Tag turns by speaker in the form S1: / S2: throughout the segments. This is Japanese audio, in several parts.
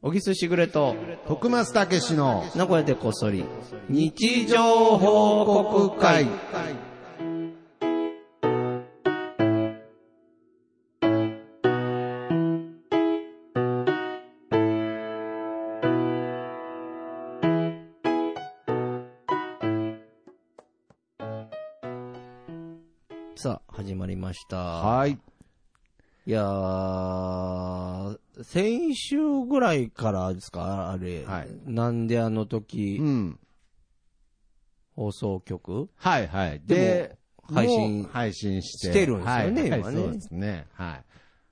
S1: 小木すしぐれと、
S2: 徳松たけしの
S1: 名古屋でこっそり、日常報告会。さあ、始まりました。
S2: はい。
S1: いやー、先週ぐらいからですか、あれ。
S2: はい
S1: なんであの
S2: う
S1: 時、
S2: ん。
S1: 放送局
S2: はいはい。
S1: で
S2: で、
S1: も配信
S2: もう配信して。
S1: してるんですよね
S2: はいはい
S1: 今ね
S2: そうですね。は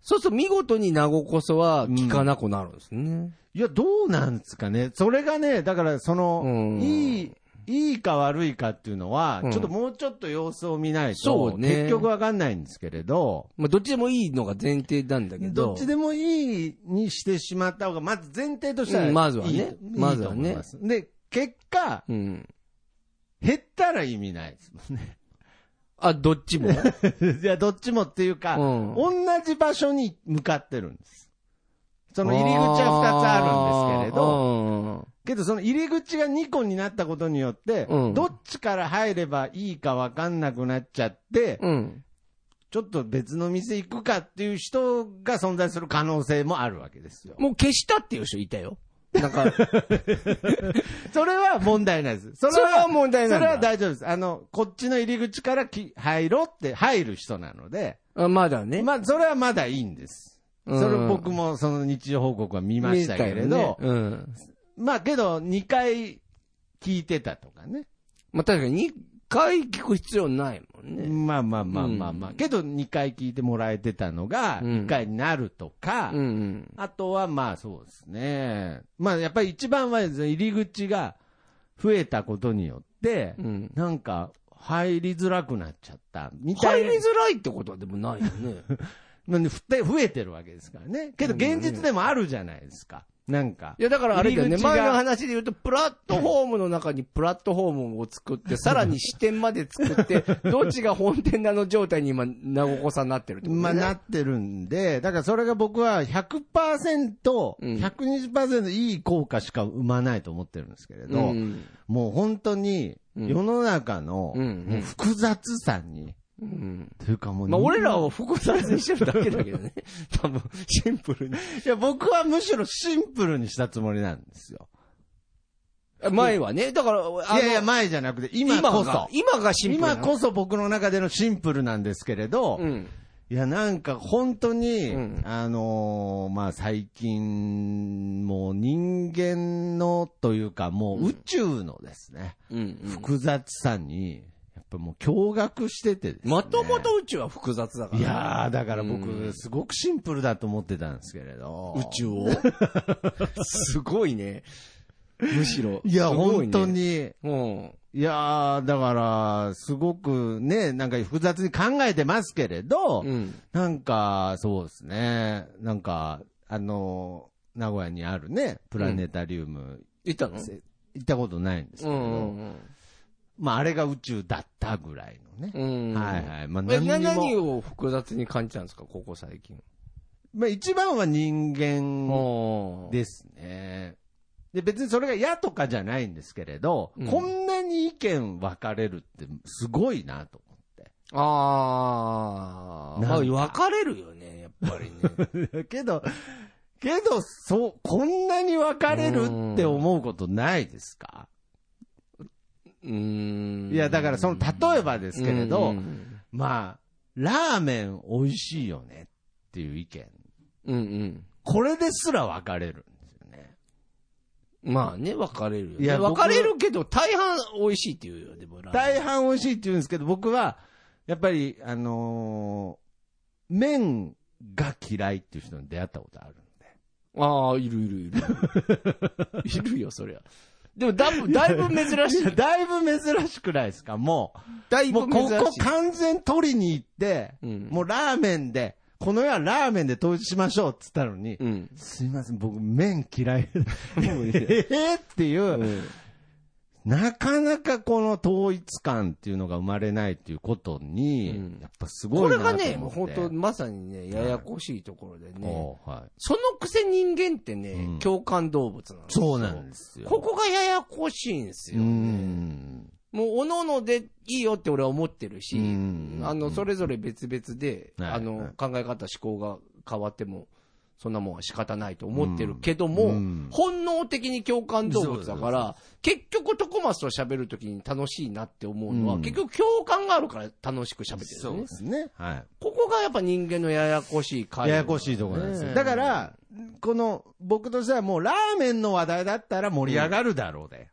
S1: そうすると見事に名護こそは聞かなくなるんですね。
S2: い。いや、どうなんですかね。それがね、だから、その、
S1: うん
S2: いい、いいか悪いかっていうのは、
S1: うん
S2: ちょっともうちょっと様子を見ない
S1: そ
S2: と、
S1: うね
S2: 結局わかんないんですけれど、
S1: まあ、どっちでもいいのが前提なんだけど。
S2: どっちでもいいにしてしまった方が、まず前提としては
S1: う
S2: いい、
S1: んまずはねまずはね
S2: いいと思いますで、結果、
S1: うん。
S2: 減ったら意味ない ですもんね。
S1: あ、ど っちも
S2: いや、どっちもっていうか、
S1: うん
S2: 同じ場所に向かってるんです。その入り口は2つあるんですけれど、
S1: ど。
S2: けどその入り口が2個になったことによって、
S1: うん
S2: どっちから入ればいいかわかんなくなっちゃって、
S1: うん。うん。
S2: ちょっと別の店行くかっていう人が存在する可能性もあるわけですよ。
S1: もう消したっていう人いたよ。なんか、
S2: それは問題ないです。 そ
S1: それは問題なん
S2: そ
S1: だ
S2: れは大丈夫です。あの、こっちの入り口からき入ろうって入る人なので、
S1: あまだね。
S2: まあ、それはまだいいんです。
S1: うん
S2: それ僕もその日常報告は見ましたけれ
S1: 見たよ
S2: ど、
S1: ねうん。
S2: まあけど2回聞いてたとかね。
S1: まあ、確かに2回聞く必要ないもんね。
S2: まあまあまあまあまあ。
S1: うん
S2: けど2回聞いてもらえてたのが
S1: うん
S2: 1回になるとか、
S1: うんうん。
S2: あとはまあそうですね。まあやっぱり一番は入り口が増えたことによって、
S1: うん
S2: なんか入りづらくなっちゃったみた
S1: 入
S2: い
S1: り
S2: な。
S1: づらいってことはでもないよね。
S2: なんでふて増えてるわけですからね。けど現実でもあるじゃないですか。なんか
S1: い。や、だからあれだよね、
S2: 入り口が
S1: 前の話で言うと、プラットフォームの中にプラットフォームを作って、さらに支店まで作 って、どっちが本店なの状態に今、名古屋さんになってるってこと
S2: まあ
S1: ね。
S2: なってるんで、だからそれが僕は100%、
S1: うん
S2: 120%いい効果しか生まないと思ってるんですけれど、
S1: うん
S2: もう本当に世の中の
S1: うんうん
S2: もう複雑さに、
S1: うん。
S2: というかもう、
S1: まあ俺らを複雑にしてるだけだけどね。多分、シンプルに。
S2: いや僕はむしろシンプルにしたつもりなんですよ。
S1: 前はね、だから、
S2: い
S1: あ
S2: やいや、
S1: の
S2: 前じゃなくて、今
S1: 今
S2: こ
S1: が
S2: そ、。
S1: 今がシンプルな
S2: 今
S1: の。
S2: こそ僕の中でのシンプルなんですけれど、
S1: うん。
S2: いや、なんか本当に、
S1: うん
S2: あのーまあ、最近、もう人間のというか、もう宇宙のですね、
S1: うんうん。
S2: 複雑さに、やっぱもう驚愕しててですね。
S1: まともと宇宙は複雑だから
S2: い
S1: ね。
S2: やー、だから
S1: う
S2: 僕、
S1: ん
S2: すごくシンプルだと思ってたんですけれど。
S1: 宇宙 を。すごいね。むしろ。
S2: いや、
S1: すご
S2: 本
S1: ね
S2: 当。に。
S1: うん。
S2: いやー、だから、すごくね、なんか複雑に考えてますけれど、
S1: うん。
S2: なんか、そうですね。なんか、あの、名古屋にあるね、プラネタリウム、
S1: 行ったの
S2: せ行ったことないんですけ
S1: う
S2: ど、
S1: ん
S2: まあ、あれが宇宙だったぐらいのね。
S1: うんうん。
S2: はいはい。まあ、何
S1: え
S2: に
S1: な
S2: も
S1: 何を複雑に感じたんですか、ここ最近。
S2: まあ、一番は人間
S1: おー
S2: ですね。で、別にそれが嫌とかじゃないんですけれど、
S1: うん
S2: こんなに意見分かれるってすごいなと思って。
S1: あー。まあ、
S2: なんか
S1: 分かれるよね、やっぱりね。
S2: けど、けど、そう、こんなに分かれるって思うことないですか、
S1: うーん。
S2: いや、だからその、例えばで
S1: です
S2: けれど、まあ、ラーメン美味しいよねっていう意見。
S1: うんうん。
S2: これですら分かれるんですよね。
S1: まあね、分かれるよね。
S2: いや
S1: 分
S2: 僕
S1: かれるけど、大半美味しいって言うよ、でも。ラーメン
S2: 大半美味しいって言うんですけど、僕は、やっぱり、あのー麺が嫌いっていう人に出会ったことあるんで。
S1: ああ、いるいる いる。いるよ、そりゃ。でも、だいぶ、だいぶ 珍しい。
S2: いやだいぶ珍しくないですかも
S1: だ
S2: う、
S1: い
S2: も
S1: ぶ
S2: う
S1: 珍
S2: こ
S1: しい。
S2: こ完全取りに行って、
S1: うん
S2: もうラーメンで、この世はラーメンで統一しましょうっつったのに、
S1: うん。
S2: すいません、僕麺嫌い。えーっていう、
S1: うん
S2: なかなかこの統一感っていうのが生まれないっていうことに、
S1: うん
S2: やっぱす
S1: こ
S2: ごい
S1: れ
S2: なと
S1: が
S2: 思って。
S1: ね、本当まさにね、ややこしいところでね、
S2: おうはい。
S1: そのくせ人間ってね、
S2: うん
S1: 共感動物なの。
S2: そうなんですよ。
S1: ここがややこしいんですよ
S2: う
S1: ね。
S2: ん。
S1: もう、おののでいいよって俺は思ってるし、
S2: うん
S1: あの、それぞれ別々で、
S2: はい
S1: あ
S2: は
S1: の
S2: い、
S1: 考え方、思考が変わっても、そんなもんは仕方ないと思ってるけども、
S2: うん
S1: 本能的に共感動物だから、結局、トコマスと喋るときに楽しいなって思うのは、
S2: うん
S1: 結局共感があるから楽しく喋ってる
S2: そう
S1: んで
S2: です
S1: ね。
S2: すね。はい。
S1: ここがやっぱ人間のややこしい回
S2: ややこしいところなんですよ。だか、ら、この、僕としてはもうラーメンの話題だったら盛り上がるだろうで。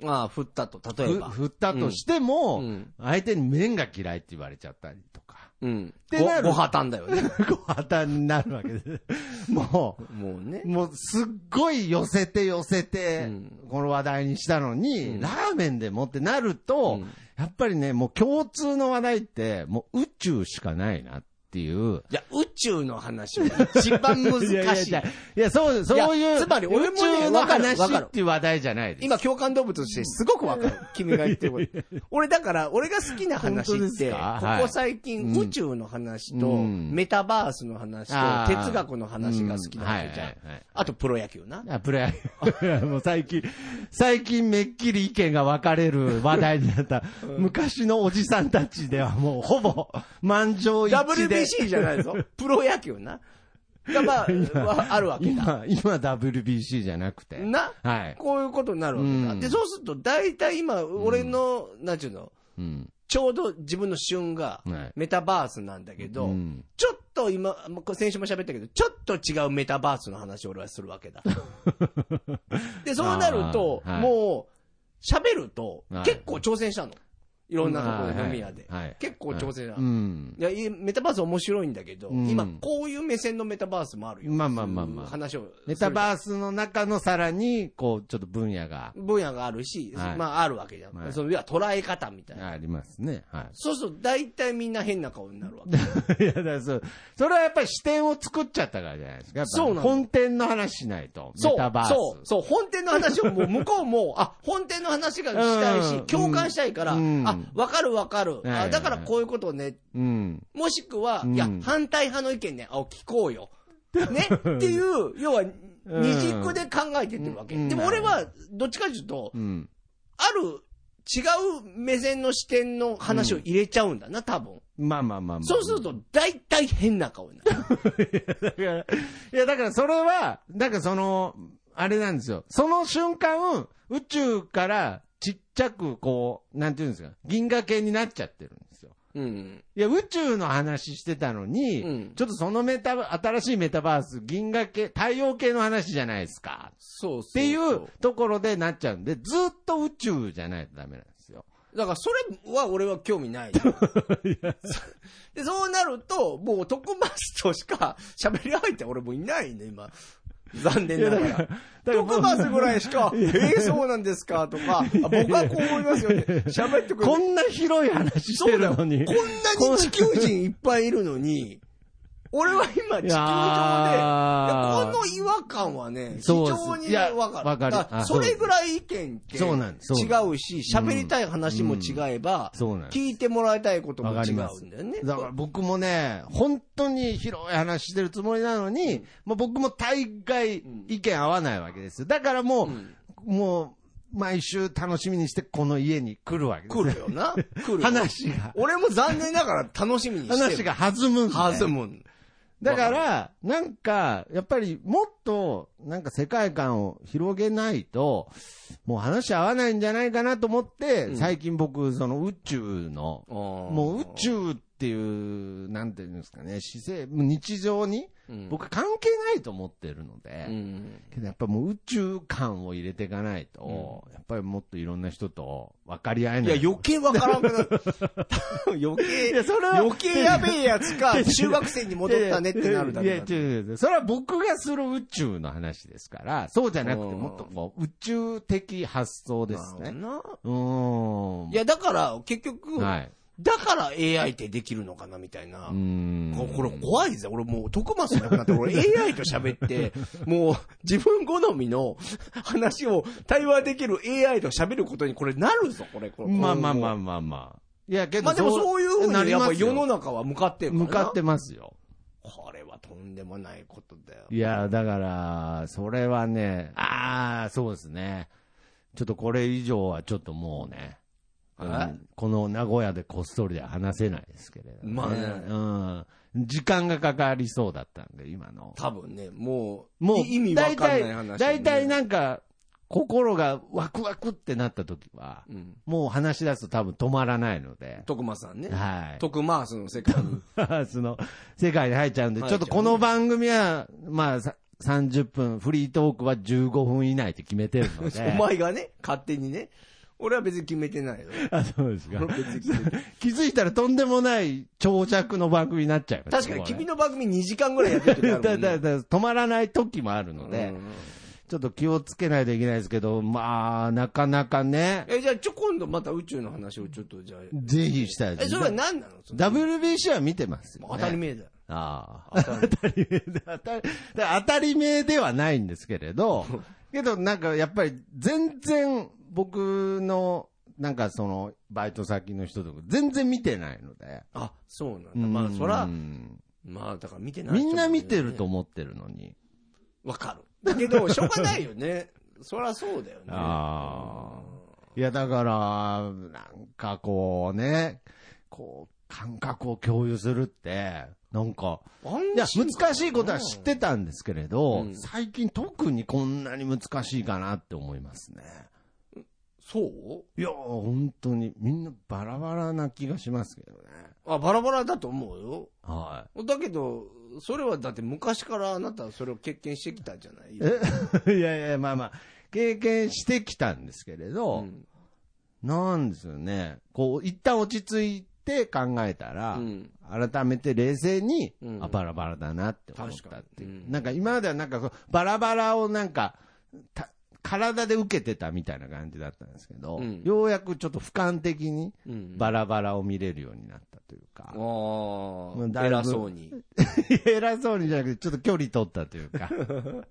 S1: まあ、振ったと、例え
S2: ふ
S1: ば。
S2: 振ったとしても、
S1: うん
S2: 相手に麺が嫌いって言われちゃったりとか。
S1: うん。
S2: てなる
S1: ご、ご破綻だよね。
S2: ご破綻になるわけです。も
S1: もうね
S2: う、。もうすっごい寄せて寄せて、
S1: うん
S2: この話題にしたのに、
S1: うん
S2: ラーメンでもってなると、
S1: うん
S2: やっぱりね、もう共通の話題って、もう宇宙しかないなっていう。
S1: いや、宇宙の話は一番難しい。
S2: いやいやいや、そう、そういう、
S1: いやつまり俺もね
S2: 宇宙の
S1: わかるわかる
S2: 話っていう話題じゃないです。
S1: 今、共感動物としてすごくわかる。君が言ってること。俺、だから、俺が好きな話
S2: 本当で
S1: って、
S2: す
S1: こ
S2: かはい
S1: こ最近、
S2: うん
S1: 宇宙の話と、
S2: うん
S1: メタバースの話と
S2: あ、ー
S1: 哲学の話が好きなわ
S2: う
S1: けじゃん。
S2: はいはいはい
S1: あと、プロ野球な。
S2: あ、プロ野球。 もう最近、最近めっきり意見が分かれる話題になった。昔のおじさんたちではもうほぼ満場一致で。
S1: WBC じゃないぞ。プロ野球な。が、まあ、はあるわけ
S2: 今、
S1: だ。
S2: 今 WBC じゃなくて。
S1: な
S2: はい。
S1: こういうことになるわけだ。
S2: うん
S1: で、そうすると、大体今、俺の、なんちゅうの、
S2: うん。
S1: ちょうど自分の旬が
S2: はい、
S1: メタバースなんだけど、
S2: うん
S1: ちょっと今、まあこれ先週も喋ったけど、ちょっと違うメタバースの話を俺はするわ けだ。で、そうなると、
S2: あーはい
S1: もう、喋ると
S2: は、い
S1: 結構挑戦したの。いろんなところ飲み屋で
S2: はいはい。
S1: 結構挑戦した
S2: う。ん
S1: い。や、いいメタバース面白いんだけど、
S2: うん
S1: 今、こういう目線のメタバースもあるよ。
S2: まあまあまあまあ
S1: そういう話を。
S2: メタバースの中のさらに、こう、ちょっと分野が
S1: 分野があるし、
S2: はい
S1: まああるわけじゃん。
S2: はい
S1: その、いや、捉え方みたいな。
S2: ありますね。はい。
S1: そうすると、大体みんな変な顔になるわけ。
S2: いや、だからそう。それはやっぱり視点を作っちゃったからじゃないですか。やっぱ
S1: そうなの
S2: 本店の話しないと。
S1: そ
S2: メタバー
S1: う、
S2: ス。
S1: そう、そう、本店の話をもう向こう も、あ、本店の話がしたいし
S2: う、ん
S1: 共感したいから、
S2: うん
S1: あ、わかるわかる、
S2: は
S1: あ、
S2: い
S1: だからこういうことね、
S2: うん。
S1: もしくは、
S2: うん
S1: いや、反対派の意見ね、あ、聞こうよ。 ね、っていう、要は、二軸で考えてってるわけ。
S2: うん
S1: でも俺は、どっちかというと
S2: う、ん。
S1: ある、違う目線の視点の話を入れちゃうんだな、多分。
S2: まあまあまあまあ。
S1: そうすると、大体変な顔になる。
S2: だから、いや、だからそれは、なんかその、あれなんですよ。その瞬間、宇宙からちっちゃくこう、なんていうんですか、銀河系になっちゃってるんですよ。
S1: うん。
S2: いや、宇宙の話してたのに、
S1: うん
S2: ちょっとそのメタバ、新しいメタバース、銀河系、太陽系の話じゃないですか。
S1: そう
S2: っ
S1: そうそう
S2: ていうところでなっちゃうんで、ずっと宇宙じゃないとダメなんですよ。
S1: だからそれは俺は興味 ない。でそうなると、もうトコマスとしか喋り相手俺もいないね、今。残念ながら。トコマスぐらいしか、えー、そうなんですかとか、あ僕はこう思いますよね。喋ってくれ
S2: こ
S1: る。
S2: んな広い話してるのに。
S1: こんなに地球人いっぱいいるのに、俺は今地球
S2: いや
S1: 上で、
S2: ー
S1: この違和感はね、非
S2: そうです
S1: 常に
S2: いや
S1: わかる。
S2: わかる
S1: だら
S2: あ
S1: そ
S2: そうです
S1: れぐらい意見って違
S2: そうなんですそうなん
S1: うし、喋りたい話も違えば、
S2: そうなんです
S1: 聞いてもらいたいことも
S2: わかり
S1: 違うん
S2: ます
S1: だよね。
S2: だから僕もね、本当に広い話してるつもりなのに、もう僕も大概意見合わないわけですよ。だからもう、
S1: うん
S2: もう、毎週楽しみにしてこの家に来るわけです
S1: 来
S2: よ。
S1: るよな。来るよ。
S2: 話が、
S1: 俺も残念ながら楽しみにしてる。
S2: 話が弾むんで
S1: 弾むん。
S2: だから、なんか、やっぱりもっと、なんか世界観を広げないと、もう話合わないんじゃないかなと思って、
S1: うん
S2: 最近僕、その宇宙の、
S1: も
S2: もう宇宙っていう、なんていうんですかね、姿勢、もう日常に、
S1: 宙
S2: 僕関係ないと思ってるので、
S1: うん。
S2: けどやっぱもう宇宙観を入れていかないと、やっぱりもっといろんな人と分かり合え
S1: い
S2: な
S1: や、
S2: い。
S1: 余計わからんくなる。余計、
S2: それ
S1: 余計やべえやつか、中学生に戻ったねってなるだ
S2: いや、
S1: け
S2: 違う
S1: だ
S2: 違うそれは僕がする宇宙の話ですから、そうじゃなくて、
S1: うん
S2: もっとこう、宇宙的発想ですね。
S1: な
S2: うーん。
S1: いや、だから、結局、
S2: はい。
S1: だから AI ってできるのかなみたいな。
S2: ん
S1: ここれ怖いですよ。俺もう、徳松なくなって、俺 AI と喋 って、もう自分好みの話を対話できる AI と喋ることにこれなるぞ、これ。これ
S2: まあまあまあ
S1: あ。
S2: まあまあ。いや、けど、
S1: まあでもそういうふう
S2: な
S1: に
S2: り
S1: やっ
S2: ま
S1: ぱ
S2: すよ
S1: 世の中は向かってるから
S2: 向
S1: な
S2: かってますよ。
S1: これはとんでもないことだよ。
S2: いや、だから、それはね、ああ、そうですね。ちょっとこれ以上はちょっともうね、うん
S1: え
S2: この名古屋でこっそりでは話せないですけれど、
S1: まあ
S2: ね。うん。時間がかかりそうだったんで、今の。
S1: 多分ね、もう、
S2: もう、
S1: 意味わかんない話。
S2: 大体、大体なんか、心がワクワクってなった時は、
S1: うん。
S2: もう話し出すと多分止まらないので、
S1: 徳松さんね。
S2: はい。
S1: 徳マースの世界 に。
S2: その、世界に入っちゃうんで、ち
S1: 入っちゃ
S2: ょ
S1: う
S2: っとこの番組は、まあ、さ30分、フリートークは15分以内って決めてるので。
S1: お前がね、勝手にね。俺は別に決めてないよ。
S2: あ、そうです か
S1: 俺。は別に決めてない
S2: 気づいたらとんでもない長尺の番組になっちゃうら
S1: 確かに君
S2: の。
S1: の番組2時間ぐらいやってる時あるも
S2: だ
S1: ん
S2: だ
S1: ね。
S2: だ止まらない時もあるので、
S1: うん
S2: ちょっと気をつけないといけないですけど、まあ、なかなかね、
S1: え、じゃあ、ちょ、今度また宇宙の話をちょっと、じゃあ。
S2: ぜひしたいで
S1: え、
S2: す。
S1: それは何なのその
S2: WBC は見てますよ、ね。
S1: 当たり前だよ。
S2: ああ。
S1: 当たり
S2: 当たり 前で、当たり、だから当たり前ではないんですけれ ど、けどなんかやっぱり全然僕の、なんかその、バイト先の人とか全然見てないので。
S1: あ、そうなんだ。まあ、そら
S2: う、ん
S1: まあ、だから見てない人
S2: み
S1: もい
S2: ん
S1: よね
S2: な見てると。思ってるのに。
S1: わかる。だ けど、しょうがないよね。そらそうだよね。
S2: あいやだから、なんかこうね、こう、感覚を共有するって、なんか、
S1: あ
S2: いや、難しいことは知ってたんですけれど、
S1: うん
S2: 最近特にこんなに難しいかなって思いますね。
S1: そう
S2: いやー、本当に、みんなバラバラな気がしますけどね。
S1: あ、バラバラだと思うよ。
S2: は
S1: だけど、それはだって昔からあなたはそれを経験してきたじゃない
S2: い。 いやいや、まあまあ、経験してきたんですけれ
S1: う
S2: ど、
S1: ん。
S2: なんですよね。こう、一旦落ち着いて考えた
S1: う
S2: ら、
S1: ん。
S2: 改めて冷静に、
S1: うん
S2: あ、バラバラだなって思ったっていう。
S1: 確かにうん
S2: なんか今まではなんかそう、バラバラをなんか、た体で受けてたみたいな感じだったんですけど、
S1: うん
S2: ようやくちょっと俯瞰的に
S1: うん。
S2: バラバラを見れるようになったというか、
S1: あ
S2: うんだ
S1: あ、
S2: いぶ
S1: 偉そうに。
S2: 偉そうにじゃなくて、ちょっと距離取ったという か、
S1: 俯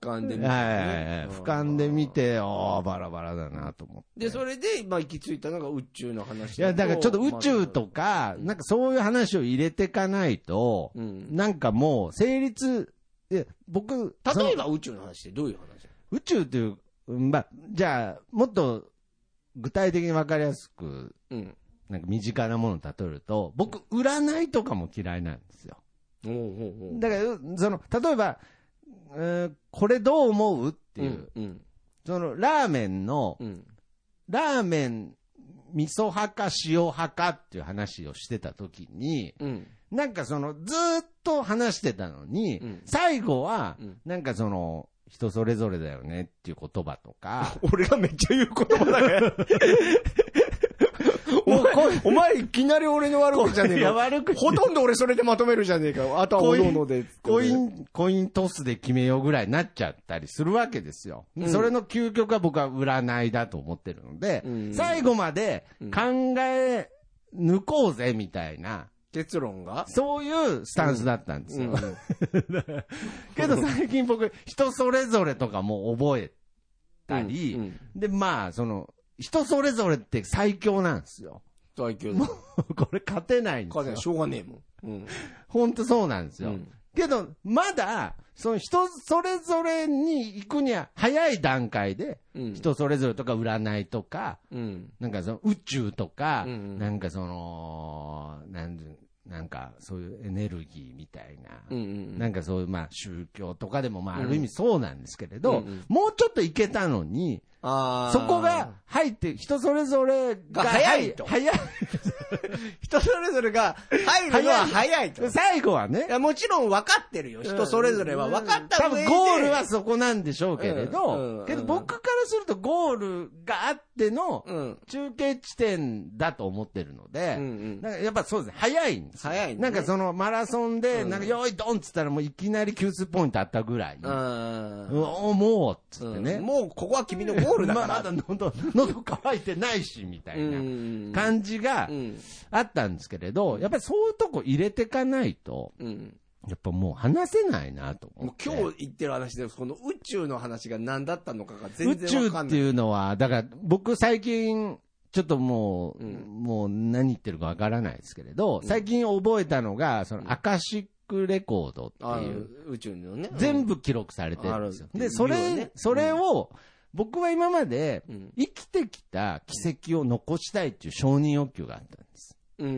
S1: 瞰で見てね、
S2: はいはいはい、
S1: うん
S2: 俯瞰で見て、ああ、バラバラだなと思って。
S1: で、それで、まあ、行き着いたのが宇宙の話
S2: いや、だからちょっと宇宙と、か、なんかそういう話を入れていかないと、
S1: うん。
S2: なんかもう成立、いや僕、その
S1: 例えば宇宙の話ってどういう話
S2: 宇宙という、うんまあ、じゃあ、もっと具体的に分かりやすく、
S1: うん。
S2: なんか身近なものを例えると、僕、占いとかも嫌いなんですよ。
S1: おうおうおう
S2: だから、その、例えば、うーんこれどう思うっていう、
S1: うん。
S2: その、ラーメンの、
S1: うん。
S2: ラーメン、味噌派か塩派かっていう話をしてた時に、
S1: うん。
S2: なんかその、ずーっと話してたのに、
S1: うん
S2: 最後は
S1: うん、
S2: なんかその、人それぞれだよねっていう言葉とか、
S1: 俺がめっちゃ言う言葉だから。 お前 お前いきなり俺の悪口じゃね え
S2: いや
S1: か。
S2: 悪口
S1: ほとんど俺それでまとめるじゃねえか。あとはおのおので。
S2: コイン、コイントスで決めようぐらいになっちゃったりするわけですよ。
S1: うん
S2: それの究極は僕は占いだと思ってるので、
S1: うん
S2: 最後まで考え抜こうぜみたいな、
S1: 結論が
S2: そういうスタンスだったんですよ。
S1: うん
S2: けど最近僕、人それぞれとかも覚えたり、
S1: うんうん
S2: で、まあ、その、人それぞれって最強なんですよ。
S1: 最強だ。
S2: これ勝てないんです
S1: 母さ
S2: よ
S1: ん。しょうがねえもん。うん。
S2: 本当そうなんですよ。
S1: うん
S2: けど、まだ、その人それぞれに行くには早い段階で、
S1: うん
S2: 人それぞれとか占いとか、
S1: うん。
S2: なんかその宇宙とか、
S1: うんうん
S2: なんかその、なんでなんかそういうエネルギーみたいな、
S1: うんうん。
S2: なんかそういうまあ宗教とかでもまあ
S1: うん
S2: ある意味そうなんですけれど、
S1: うんうん
S2: もうちょっと行けたのに、
S1: あー
S2: そこが、入って、人それぞれが
S1: が早いと
S2: 早い。
S1: 人それぞれが入るのは早いと。い
S2: 最後は ね、
S1: やもちろん分かってるよ。人それぞれは分かった
S2: 多
S1: 上で。
S2: 分ゴールはそこなんでしょうけれど、
S1: うんうん
S2: けど僕からからするとゴールがあっての
S1: うん。
S2: 中継地点だと思ってるので、
S1: うんうん。
S2: なんかやっぱそうですね、早いんですよ
S1: 早いね
S2: なんかそのマラソンで、
S1: うん
S2: なんかよーい、ドンっつったらもういきなり給水ポイントあったぐらい。
S1: あ
S2: うおもうっつって
S1: ー
S2: ね。
S1: うんもうここは君のゴールだか
S2: まあま
S1: ら。
S2: だ喉、喉乾いてないし、みたい
S1: う。
S2: なん感じが
S1: うん。
S2: あったんですけれど、やっぱりそういうとこ入れてかないと、
S1: うん。
S2: やっぱもう話せないなと思
S1: もう
S2: って。
S1: 今日言ってる話で、この宇宙の話が何だったのかが全
S2: 宇
S1: 然
S2: 宙
S1: わか
S2: っ
S1: ん
S2: て
S1: ない。
S2: いうのは、だから僕最近、ちょっともう、
S1: うん
S2: もう何言ってるかわからないですけれど、最近覚えたのが、そのアカシックレコード
S1: あ
S2: っていう、
S1: 宇宙のね。
S2: 全部記録されてるんですよ。
S1: うん
S2: で、そ
S1: あるっていうよ
S2: れ
S1: ね、
S2: それを、僕は今まで
S1: うん。
S2: 生きてきた奇跡を残したいっていう承認欲求があったんです。
S1: うん。う
S2: うん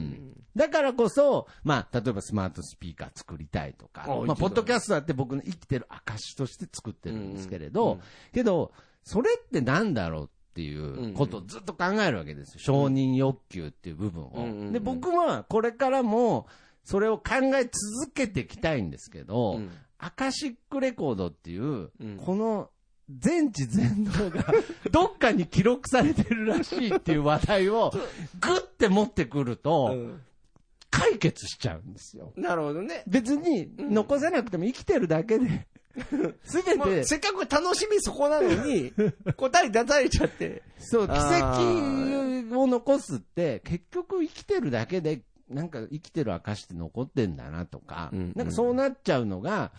S2: ん。だからこそ、まあ、例えばスマートスピーカー作りたいとか
S1: あ言って、た
S2: まあ、ポッドキャストだって僕の生きてる証として作ってるんですけれど、
S1: うんうん
S2: けど、それってなんだろうっていうことをずっと考えるわけですよ。承認欲求っていう部分を。
S1: うんうんうん
S2: で、僕はこれからも、それを考え続けていきたいんですけど、
S1: うん
S2: アカシックレコードっていう、
S1: うん
S2: この全知全能 がどっかに記録されてるらしいっていう話題 をグッて持ってくる
S1: う
S2: と
S1: ん。
S2: 解決しちゃうんですよ。
S1: なるほどね。
S2: 別に残さなくても生きてるだけ で、すべ
S1: も
S2: て
S1: う、せっかく楽しみそこなの に、答え出されちゃって。
S2: そう、奇
S1: あ
S2: 跡を残すって、結局生きてるだけで、なんか生きてる証って残ってんだなとか、
S1: うんうん。
S2: なんかそうなっちゃうのが、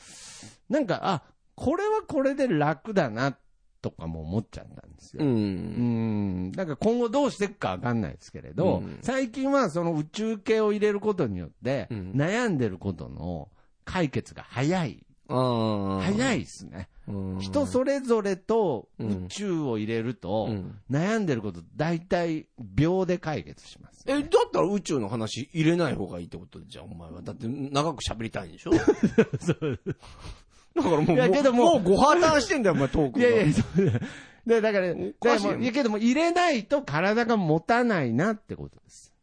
S2: なんか、あ、これはこれで楽だなとかも思っちゃったんですよ。うんん。だから今後どうしていくかわかんないですけれど、
S1: うん
S2: 最近はその宇宙系を入れることによって、
S1: うん
S2: 悩んでることの解決が早い。
S1: ああ。
S2: 早
S1: い。
S2: いですね。人
S1: 人
S2: それぞれと宇宙を入れると、悩んでること、大体、秒で解決します。
S1: え、だったら宇宙の話入れない方がいいってことじゃん、お前は。だって長く喋りたいん でしょだからもう、
S2: いやけど
S1: も
S2: も
S1: うもうご破綻してんだよ、お前トーク
S2: い
S1: が。
S2: やいや、そうだ でだから、
S1: お
S2: ね、
S1: かしいよ
S2: でもいやけども、入れないと体が持たないなってことです。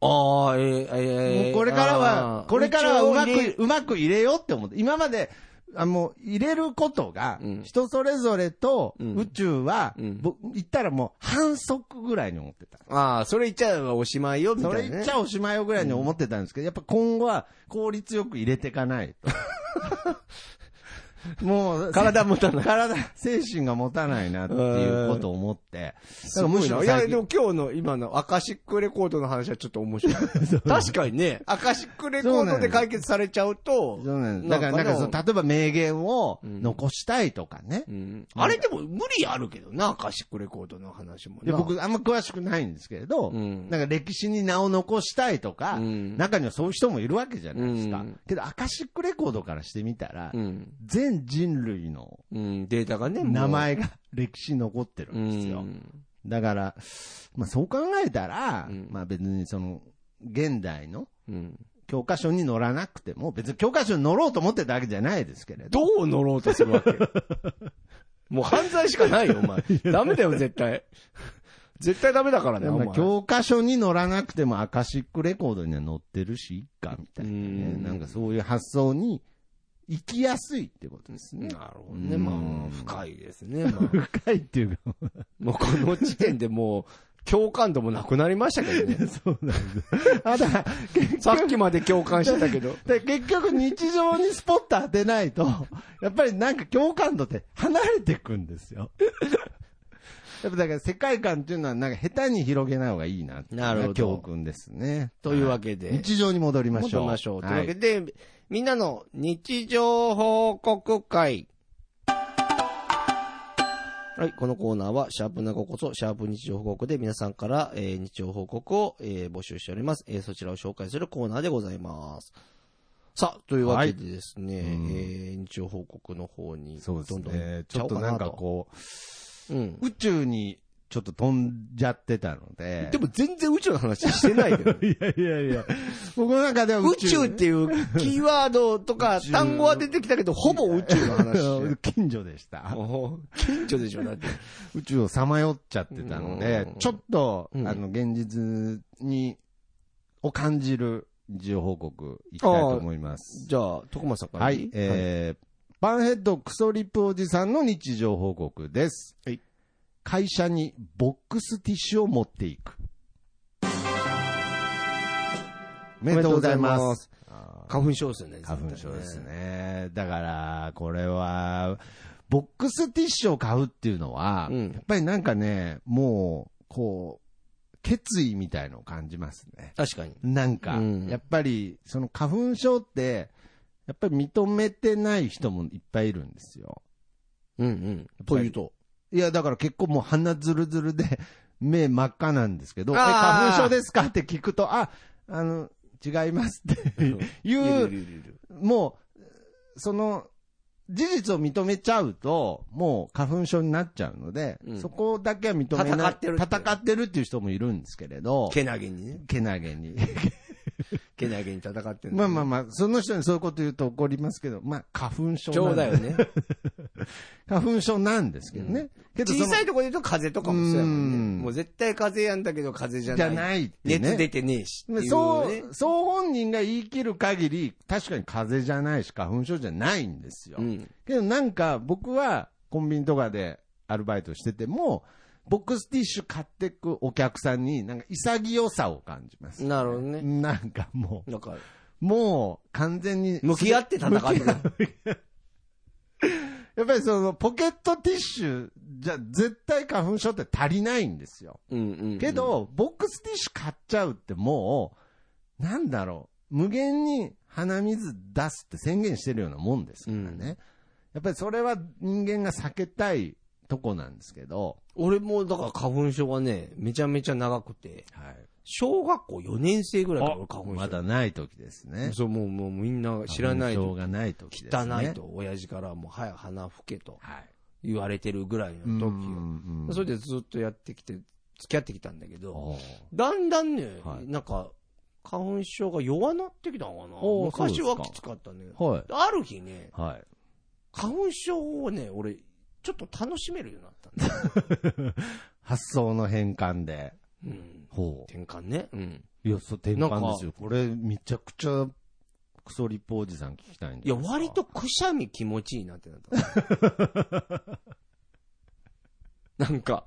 S1: ああ、えーえー
S2: もうこれから
S1: あ
S2: は
S1: ー、
S2: これからはうま
S1: 宇宙を入れ
S2: く、うまく入れようって思って、今まで、あもう入れることが
S1: うん、
S2: 人それぞれと
S1: うん
S2: 宇宙は、
S1: うん
S2: 僕言ったらもう反則ぐらいに思ってた。
S1: ああ、それ言っちゃえばおしまいよ、みた
S2: そ
S1: いな、ね。
S2: れ言っちゃおしまいよぐらいに思ってたんですけど、やっぱ今後は効率よく入れていかない と。もう、
S1: 体持たない。
S2: 体、精神が持たないなっていうことを思って。
S1: すごいな。い
S2: だから
S1: や、
S2: 最
S1: で
S2: 近
S1: も今日の今のアカシックレコードの話はちょっと 面白い。確かにね、アカシックレコードで解決されちゃうと、
S2: そうなんですだから、なんかそ
S1: の
S2: の、例えば名言を
S1: うん
S2: 残したいとかね。
S1: うんあれでも無理あるけどな、アカシックレコードの話もな。
S2: で僕、あんま詳しくないんですけれど、
S1: うん
S2: なんか歴史に名を残したいとか、
S1: うん
S2: 中にはそういう人もいるわけじゃないですか。
S1: うん
S2: けど、アカシックレコードからしてみたら、
S1: うん。
S2: 全人類の
S1: うん、データがね、もう
S2: 名前が歴史に残ってるんですよ。
S1: うん
S2: だから、まあそう考えたら、
S1: うん
S2: まあ別にその、現代の
S1: うん
S2: 教科書に載らなくても、別に教科書に載ろうと思ってたわけじゃないですけれど。
S1: どう乗ろうとするわけ もう犯罪しかないよ、お前。ダメだよ、絶対。絶対ダメだからね、
S2: で
S1: お
S2: も
S1: 前
S2: まあ。教科書に載らなくてもアカシックレコードには載ってるし、いっか、みたいな
S1: う
S2: ね。
S1: ん
S2: なんかそういう発想に行きやすいってことです ね。
S1: なるほどね。
S2: うん
S1: まあ、深いですね。まあ、
S2: 深いっていうか、
S1: もうこの時点でもう、共感度もなくなりましたけ どね。
S2: そうなんです。あ、だから、
S1: さっきまで共感してたけど。
S2: で結局日常にスポット当てないと、 やっぱりなんか共感度って離れていくんですよ。 やっぱだから世界観っていうのはなんか下手に広げない方がいいなっていうのが
S1: なるほど
S2: 教訓ですね。
S1: というわけで
S2: はい日常に戻りましょう。
S1: 戻りましょう。という
S2: は
S1: わけ
S2: い。
S1: で、みんなの日常報告会。はい、このコーナーは、シャープなごこそ、シャープ日常報告で皆さんから、えー日常報告を、えー募集しております、えーそちらを紹介するコーナーでございます。さあ、というわけでですね、
S2: いうん
S1: えー日常報告の方に、
S2: そうです
S1: どんどん
S2: ね。ち
S1: ち
S2: ょ
S1: ゃお
S2: っ
S1: う
S2: と
S1: な
S2: なん
S1: と
S2: かこ
S1: うん。
S2: う、宇宙にちょっと飛んじゃってたので。
S1: でも全然宇宙の話して ないけど。
S2: いやいやいや。僕の中では
S1: 宇宙っていうキーワードとか
S2: 宇宙
S1: 単語は出てきたけど、ほぼ宇宙の話して る。
S2: 近所で した。
S1: お近所でしょ、だって。
S2: 宇宙をさまよっちゃってたの
S1: う
S2: で
S1: ん、
S2: ちょっと、
S1: うん
S2: あの、現実に、を感じる事情報告いきたいと思います。
S1: じゃあ、徳間さんから。
S2: はい、えー、パンヘッドクソリップおじさんの日常報告です。
S1: はい
S2: 会社にボックスティッシュを持っていく。おめでとうございます。
S1: 花粉症ですよね。
S2: 花粉症です
S1: ね。
S2: ね。だから、これは、ボックスティッシュを買うっていうのは、
S1: うん
S2: やっぱりなんかね、もう、こう、決意みたいのを感じますね。
S1: 確かに。
S2: なんか、
S1: うん
S2: やっぱり、その花粉症って、やっぱり認めてない人もいっぱいいるんですよ。
S1: うんうん。というと。
S2: いや、だから結構もう鼻ズルズルで、 目真っ赤なんですけど、え
S1: あー
S2: 花粉症ですかって聞くと、あ、あの、違いますって
S1: うん
S2: い
S1: いるいうるいるいる
S2: もう、その、事実を認めちゃうと、もう花粉症になっちゃうので、
S1: うん
S2: そこだけは認めない。
S1: 戦ってるっていう
S2: 戦ってるっていう人もいるんですけれど、
S1: けなげにね。
S2: けなげに。
S1: けなげに戦ってん
S2: まあまあ
S1: あ。
S2: まあ、その人にそういうこと言うと怒りますけど、まあ、花粉症
S1: ちょ
S2: な
S1: うんだ
S2: で
S1: よね。
S2: 花粉症なんですけどね。 けどその
S1: 小さいとこで言うと風邪とかもそうやもん
S2: うん
S1: ね。もう絶対風邪やんだけど風邪
S2: じ
S1: じゃ
S2: ゃ
S1: ない。
S2: ないってね。
S1: 熱出てねえしっていうね。
S2: そう、そう本人が言い切る限り、確かに風邪じゃないし、花粉症じゃないんですよ。
S1: うん。
S2: けどなんか僕はコンビニとかでアルバイトしてても、ボックスティッシュ買ってくお客さんになんか潔さを感じます。
S1: なるほどね。
S2: なんかも
S1: なんか、
S2: う、もう完全に。
S1: 向き合って戦ってる。
S2: やっぱりそのポケットティッシュじゃ絶対花粉症って足りないんですよ。
S1: うんうんうん
S2: け、ど、ボックスティッシュ買っちゃうってもう、なんだろう、無限に鼻水出すって宣言してるようなもんですからね。
S1: うん
S2: やっぱりそれは人間が避けたいとこなんですけど、
S1: 俺もだから花粉症はね、めちゃめちゃ長くて、
S2: はい。
S1: 小学校4年生ぐらいから俺花粉症。
S2: まだない時ですね。
S1: そう、もう、もうみんな知らない
S2: 花粉症
S1: と、
S2: がない時ですね。
S1: 汚い。と、親父からもう、早く鼻吹けと
S2: はい。
S1: 言われてるぐらいの
S2: うん
S1: 時よ。
S2: うん
S1: それでずっとやってきて、付き合ってきたんだけど、
S2: おう
S1: だんだんね、
S2: はい
S1: なんか、花粉症が弱なってきたのかな
S2: おー
S1: 昔
S2: そうで
S1: は
S2: す
S1: き
S2: か
S1: つかったね。
S2: はい。
S1: ある日ね、
S2: はい。
S1: 花粉症をね、俺、ちょっと楽しめるようになったんだ。
S2: 発想の変換で。
S1: うん。
S2: ほ
S1: 転換ね。うん。
S2: う。いや、そう、転
S1: なん
S2: 換
S1: か
S2: ですよ。これ、めちゃくちゃ、クソリポおじさん聞きたいん
S1: い
S2: じゃ
S1: や、
S2: ないですか
S1: 割とくしゃみ気持ちいいなってなった。 なんか、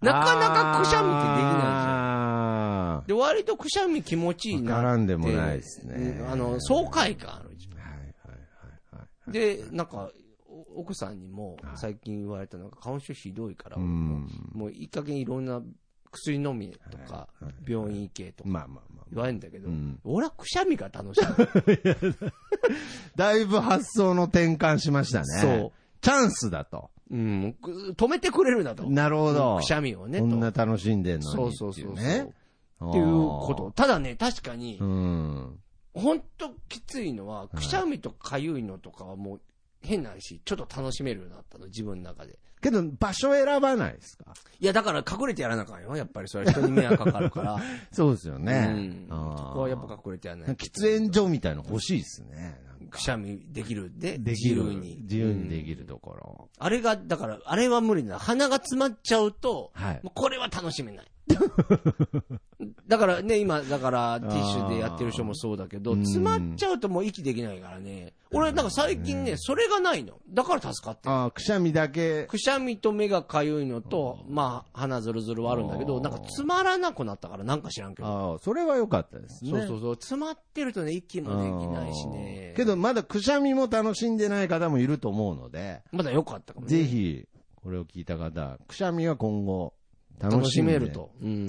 S1: なかなかくしゃみってできな
S2: ゃ
S1: いじゃん。で、割とくしゃみ気持ちいいなって。
S2: わからんでもないですね
S1: うんあの、爽快感あるじゃん。
S2: はいはいはいはい。
S1: で、なんか、お奥さんにも
S2: はい
S1: 最近言われたのが、花粉症ひどいから、
S2: うん
S1: もういい加減いろんな薬飲みとか
S2: はいはい、
S1: 病院行けとか
S2: まあまあまあま
S1: 言われるんだけど
S2: うん、
S1: 俺はくしゃみが楽しい。
S2: あ。だいぶ発想の転換しましたね。
S1: そう。
S2: チャンスだと。
S1: うん、く止めてくれるなと。
S2: なるほど。
S1: くしゃみをね、
S2: こんな
S1: と。
S2: 楽しんでんの
S1: そ
S2: に
S1: う
S2: っていね。
S1: そうそうそ
S2: っ
S1: う。っていうこと。。ただね、確かに
S2: う、ん。
S1: 本当きついのは、くしゃみとかゆいのとかはもう変なし、ちょっと楽しめるようになったの、自分の中で。
S2: けど、場所選ばないですか
S1: いや、だから隠れてやらなあかんよ。やっぱりそれは人に迷惑かかる から。
S2: そうですよ
S1: う
S2: ね
S1: ん。。そ
S2: あー
S1: こはやっぱ隠れてやらない。
S2: 喫煙所みたいの欲しいですね。なんか
S1: くしゃみできるで、
S2: できる。
S1: 自由に。
S2: 自由にでき
S1: うん
S2: るところ。
S1: あれが、だから、あれは無理な。鼻が詰まっちゃうと、
S2: はい。
S1: もうこれは楽しめない。 だからね、今、だから、ティッシュでやってる人もそうだけど、
S2: あー
S1: 詰まっちゃうともう息できないからね。俺、なんか最近ね、それがないの。だから助かってる。
S2: ああ、くしゃみだけ。
S1: くしゃみと目がかゆいのと、まあ、鼻ずるずるはあるんだけ
S2: あ
S1: ど、
S2: ー
S1: なんかつまらなくなったから、なんか知らんけど。
S2: ああ、それは良かったですね。
S1: そうそうそう。詰まってるとね、息もできないし
S2: う
S1: ね
S2: ん。けど、まだくしゃみも楽しんでない方もいると思うので、
S1: まだ良かったかもね
S2: ぜ。ひ、これを聞いた方、くしゃみは今後、楽
S1: 楽
S2: し
S1: し
S2: んで
S1: める。と。 うん。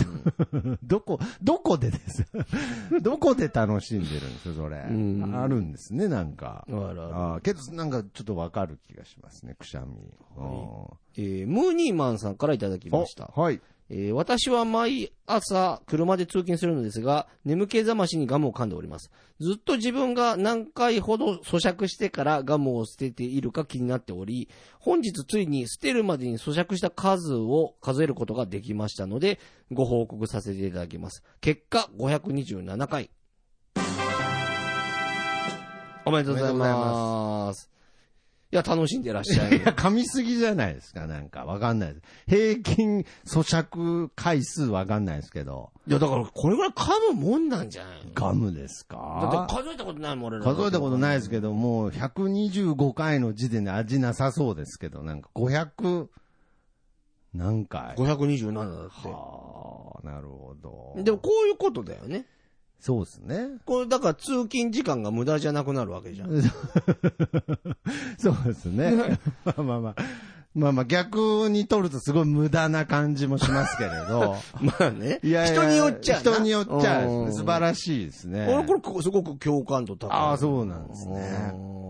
S2: どこ、どこでです。 どこで楽しんでるんですよ、それ。
S1: ん
S2: あるんですね、なんか。
S1: あらあら
S2: ああけど、なんかちょっとわかる気がしますね、くしゃみ。あ
S1: えームーニーマンさんからいただき
S2: あ
S1: ました。
S2: おはい。
S1: えー私は毎朝車で通勤するのですが、眠気覚ましにガムを噛んでおります。ずっと自分が何回ほど咀嚼してからガムを捨てているか気になっており、本日ついに捨てるまでに咀嚼した数を数えることができましたので、ご報告させていただきます。結果、527回。おめでとうござい
S2: おめでとうござい
S1: ます。や、楽しんでらっしゃ
S2: い
S1: る。
S2: や、噛みすぎじゃないですか、なんか。わかんないです。平均咀嚼回数わかんないですけど。
S1: いや、だから、これぐらい噛むもんなんじゃないの
S2: ガムです
S1: だっ
S2: か
S1: て数えたことないもん、俺ら。。
S2: 数えたことないいですけど、もう125回の時点で味なさそうですけど、なんか500何回。
S1: 527だっ
S2: はあ、なるほど。
S1: て。でも、こういうことだよね。
S2: そうですね。
S1: これ、だから通勤時間が無駄じゃなくなるわけじゃん。
S2: そうですね。 まあまあまあ。まあまあ逆に取るとすごい無駄な感じもしますけれど。
S1: まあね。
S2: いやいや
S1: 人によっちゃな。
S2: 人によっちゃです
S1: う
S2: ね、
S1: ん
S2: 素晴らしいですね。
S1: 俺、これ、すごく共感度高い。
S2: ああ、そうなんですね。
S1: うん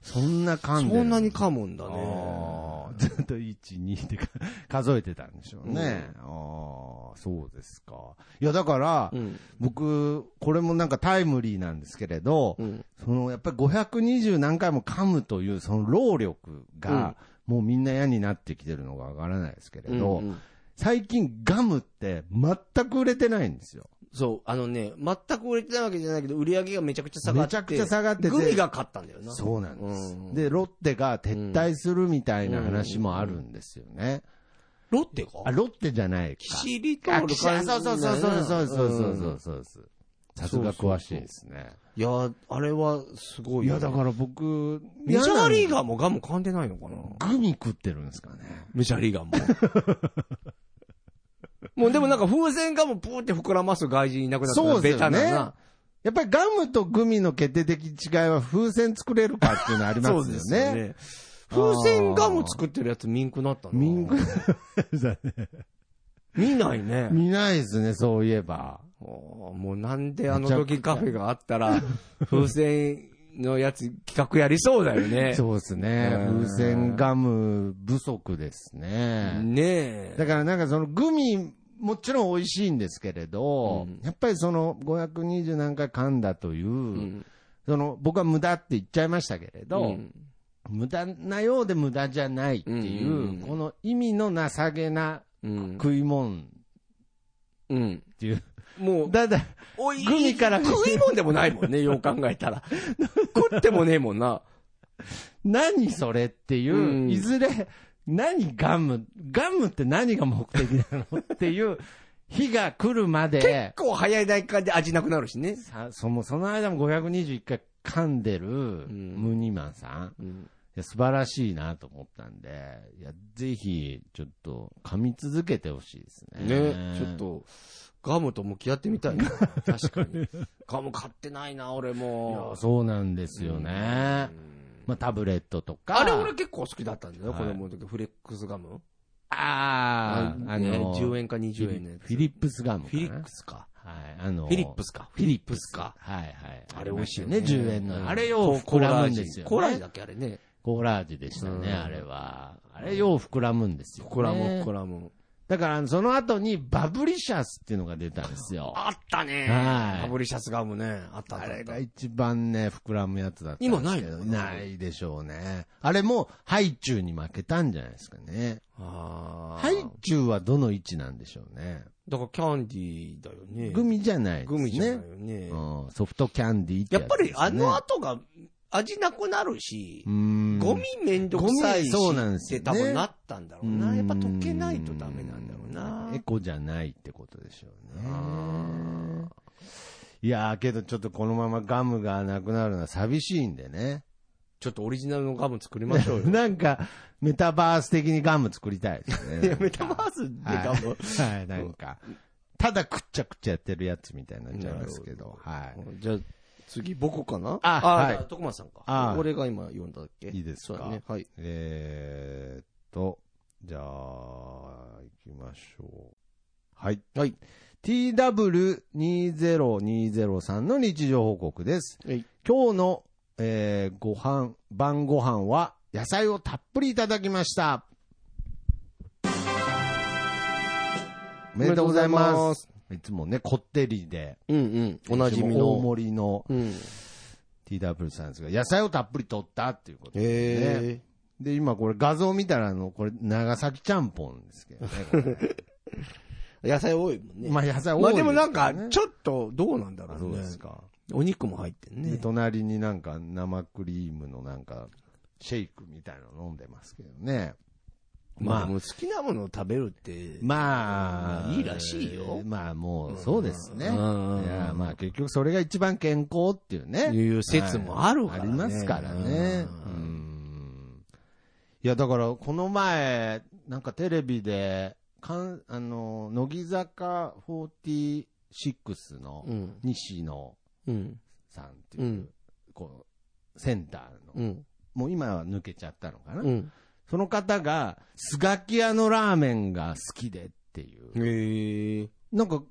S2: そんな
S1: そ
S2: 感じ。
S1: んなに
S2: む
S1: 噛むんだね。
S2: あーずっと1、2ってか数えてたんでしょうね。ああ、そうですか。いや、だから、
S1: うん。
S2: 僕、これもなんかタイムリーなんですけれど、
S1: うん。
S2: そのやっぱり520何回も噛むというその労力が、もうみんな嫌になってきてるのがわからないですけれど、
S1: うんうん
S2: 最近ガムって全く売れてないんですよ。
S1: そう、あのね、全く売れてないわけじゃないけど、売り上げがめちゃくちゃ下が
S2: め
S1: って。
S2: ちゃくちゃ下がってて。
S1: グミが買ったんだよな。
S2: そうなんです、
S1: うん
S2: で、ロッテが撤退するみたいな話もあるんですよね。
S1: ロッテか
S2: あ、ロッテじゃないか。
S1: キシリトー
S2: あ
S1: ル
S2: キシあそうそうそうそうそうそうそうそうそうそう。さすが詳しいですね。
S1: いや、あれはすごい。
S2: いや、だから僕、
S1: メジャーリー
S2: ガ
S1: ガーもガム噛んでないのかな
S2: グミ食ってるんですかね。
S1: メジャーリーガーも。 もうでもなんか風船ガムプーって膨らます外人いなくなった
S2: そうですよね
S1: ベタだな。
S2: やっぱりガムとグミの決定的違いは風船作れるかっていうのありますよね。
S1: よ。風船ガム作ってるやつミンクなったの
S2: ミンク
S1: 見ないね。
S2: 見ないですね、そういえば。
S1: もうなんであの時カフェがあったら、風船のやつ企画やりそうだよね。
S2: そうですね。
S1: うん
S2: 風船ガム不足ですね。
S1: ね
S2: だ
S1: え。
S2: からなんかそのグミ、もちろん美味しいんですけれど、
S1: うん
S2: やっぱりその520何回噛んだという、
S1: うん
S2: その僕は無駄って言っちゃいましたけれど、
S1: ん
S2: 無駄なようで無駄じゃないっていう、
S1: うんうんうん
S2: この意味のなさげな
S1: うん。
S2: 食い物っ
S1: うん。
S2: ていう。
S1: もう、
S2: だだ、
S1: おい、
S2: グミから
S1: 食いもんでもないもんね、よう考え たら。食ってもねえもんな。
S2: 何それっていう、
S1: うん
S2: いずれ、何ガム、ガムって何が目的なのって いう日が来るまで
S1: 結、構早い段階で味なくなるしね。
S2: さそのその間も521回噛んでる
S1: ん
S2: ムニマンさん、い
S1: うん。
S2: や素晴らしいなと思ったんで、いやぜひ、ちょっと噛み続けてほしいですね。
S1: ね、ちょっと、ガムと向き合ってみたいな。確かに。ガム買ってないな、俺
S2: いや
S1: も。
S2: そうなんですよね。
S1: うん
S2: まあ、タブレットとか。
S1: あれ俺結構好きだったんだよ、
S2: はい
S1: 子供の時。フレックスガム。
S2: ああ、あ
S1: ね
S2: の、
S1: 10円か20円のやつ。
S2: フィリップスガムかな。
S1: フィリックスか。
S2: はい、あの、
S1: フィリップスか。
S2: フィリップスか。はいはい。
S1: あれ美味しいよ
S2: ね。
S1: ね。
S2: 10円の。あれよ
S1: よ
S2: う膨らむんですよ、ね。
S1: コーラ味だっけ、あれね。
S2: コーラ味でしたね、
S1: うん
S2: あれは。あれよう膨らむんですよ、ね。
S1: 膨らむ、膨らむ。
S2: だから、その後にバブリシャスっていうのが出たんですよ。
S1: あったね。
S2: はい
S1: パブリシャスガムね。あったあ
S2: あ
S1: ったあ
S2: れ
S1: っ
S2: が
S1: た。
S2: 一番ね、膨らむやつだったんですけど。
S1: 今ないの
S2: ないでしょうね。あれも、ハイチュウに負けたんじゃないですかね。
S1: あー
S2: ハイチュウはどの位置なんでしょうね。
S1: だからキャンディーだよね。
S2: グミじゃないですね。
S1: グミじゃないよね。
S2: うん、ソフトキャンディーって
S1: やっぱ
S2: つで
S1: り
S2: すね
S1: あの後が味なくなるし、
S2: うん
S1: ゴミめんどくさいし、
S2: ゴミそうなんですよ
S1: っ
S2: ね
S1: て多分なったんだろうな。やっぱ溶けないと
S2: うん
S1: ダメなんだろうな。
S2: エコじゃないってことでしょうね。いやー、けどちょっとこのままガムがなくなるのは寂しいんでね。
S1: ちょっとオリジナルのガム作りましょうよ。
S2: なんか、メタバース的にガム作りたいですね。
S1: いや、 メタバースでガム。
S2: はい、はい、なんか。ただくっちゃくちゃやってるやつみたいになっちゃいますけど、はい。
S1: じゃあ、次僕かな
S2: あはい
S1: だ徳間さんか。
S2: あ
S1: 俺が今読んだっけ
S2: いいですか
S1: そうだね。はい。
S2: えーっと、じゃあ、行きましょう。はい。
S1: はい。
S2: TW2020 さんの日常報告です。
S1: はい
S2: 今日の、えーご飯、晩ご飯は野菜をたっぷりいただきました。おめでとうござい
S1: おめでとうござい
S2: ま。
S1: ます
S2: いつもね、こってりで、
S1: うんうん。おなじみ
S2: いつも大
S1: の。
S2: 盛りの
S1: うん。
S2: TW さんですが、野菜をたっぷり取ったっていうことで
S1: え
S2: で、今これ画像見たら、あの、これ、長崎ちゃんぽんですけどね。こ
S1: え。野菜多いもん
S2: れ
S1: ね。
S2: まあ、野菜多い
S1: まあ
S2: す
S1: で
S2: よね
S1: もなんか、ちょっと、どうなんだろ
S2: あ
S1: う
S2: そう
S1: ね
S2: で。すか。
S1: お肉も入ってん
S2: で、
S1: ね。
S2: 隣になんか生クリームのなんか、シェイクみたいなの飲んでますけどね。
S1: まあ、
S2: まあ
S1: もう好きなものを食べるって、
S2: まあ、
S1: いいらしいよ
S2: まあもう、そうですね。い
S1: うん
S2: やまあ結局それが一番健康っていうね。
S1: いう説もあるからね
S2: はいありますからね。う
S1: う
S2: んいや、だからこの前、なんかテレビで、かんあの、乃木坂46の
S1: うん。
S2: 西野
S1: うん。
S2: さんっていう、
S1: うん
S2: こう、センターの、
S1: うん。
S2: もう今は抜けちゃったのかな。
S1: うん。
S2: その方が、スガキ屋のラーメンが好きでっていう。
S1: へえ。
S2: なんか、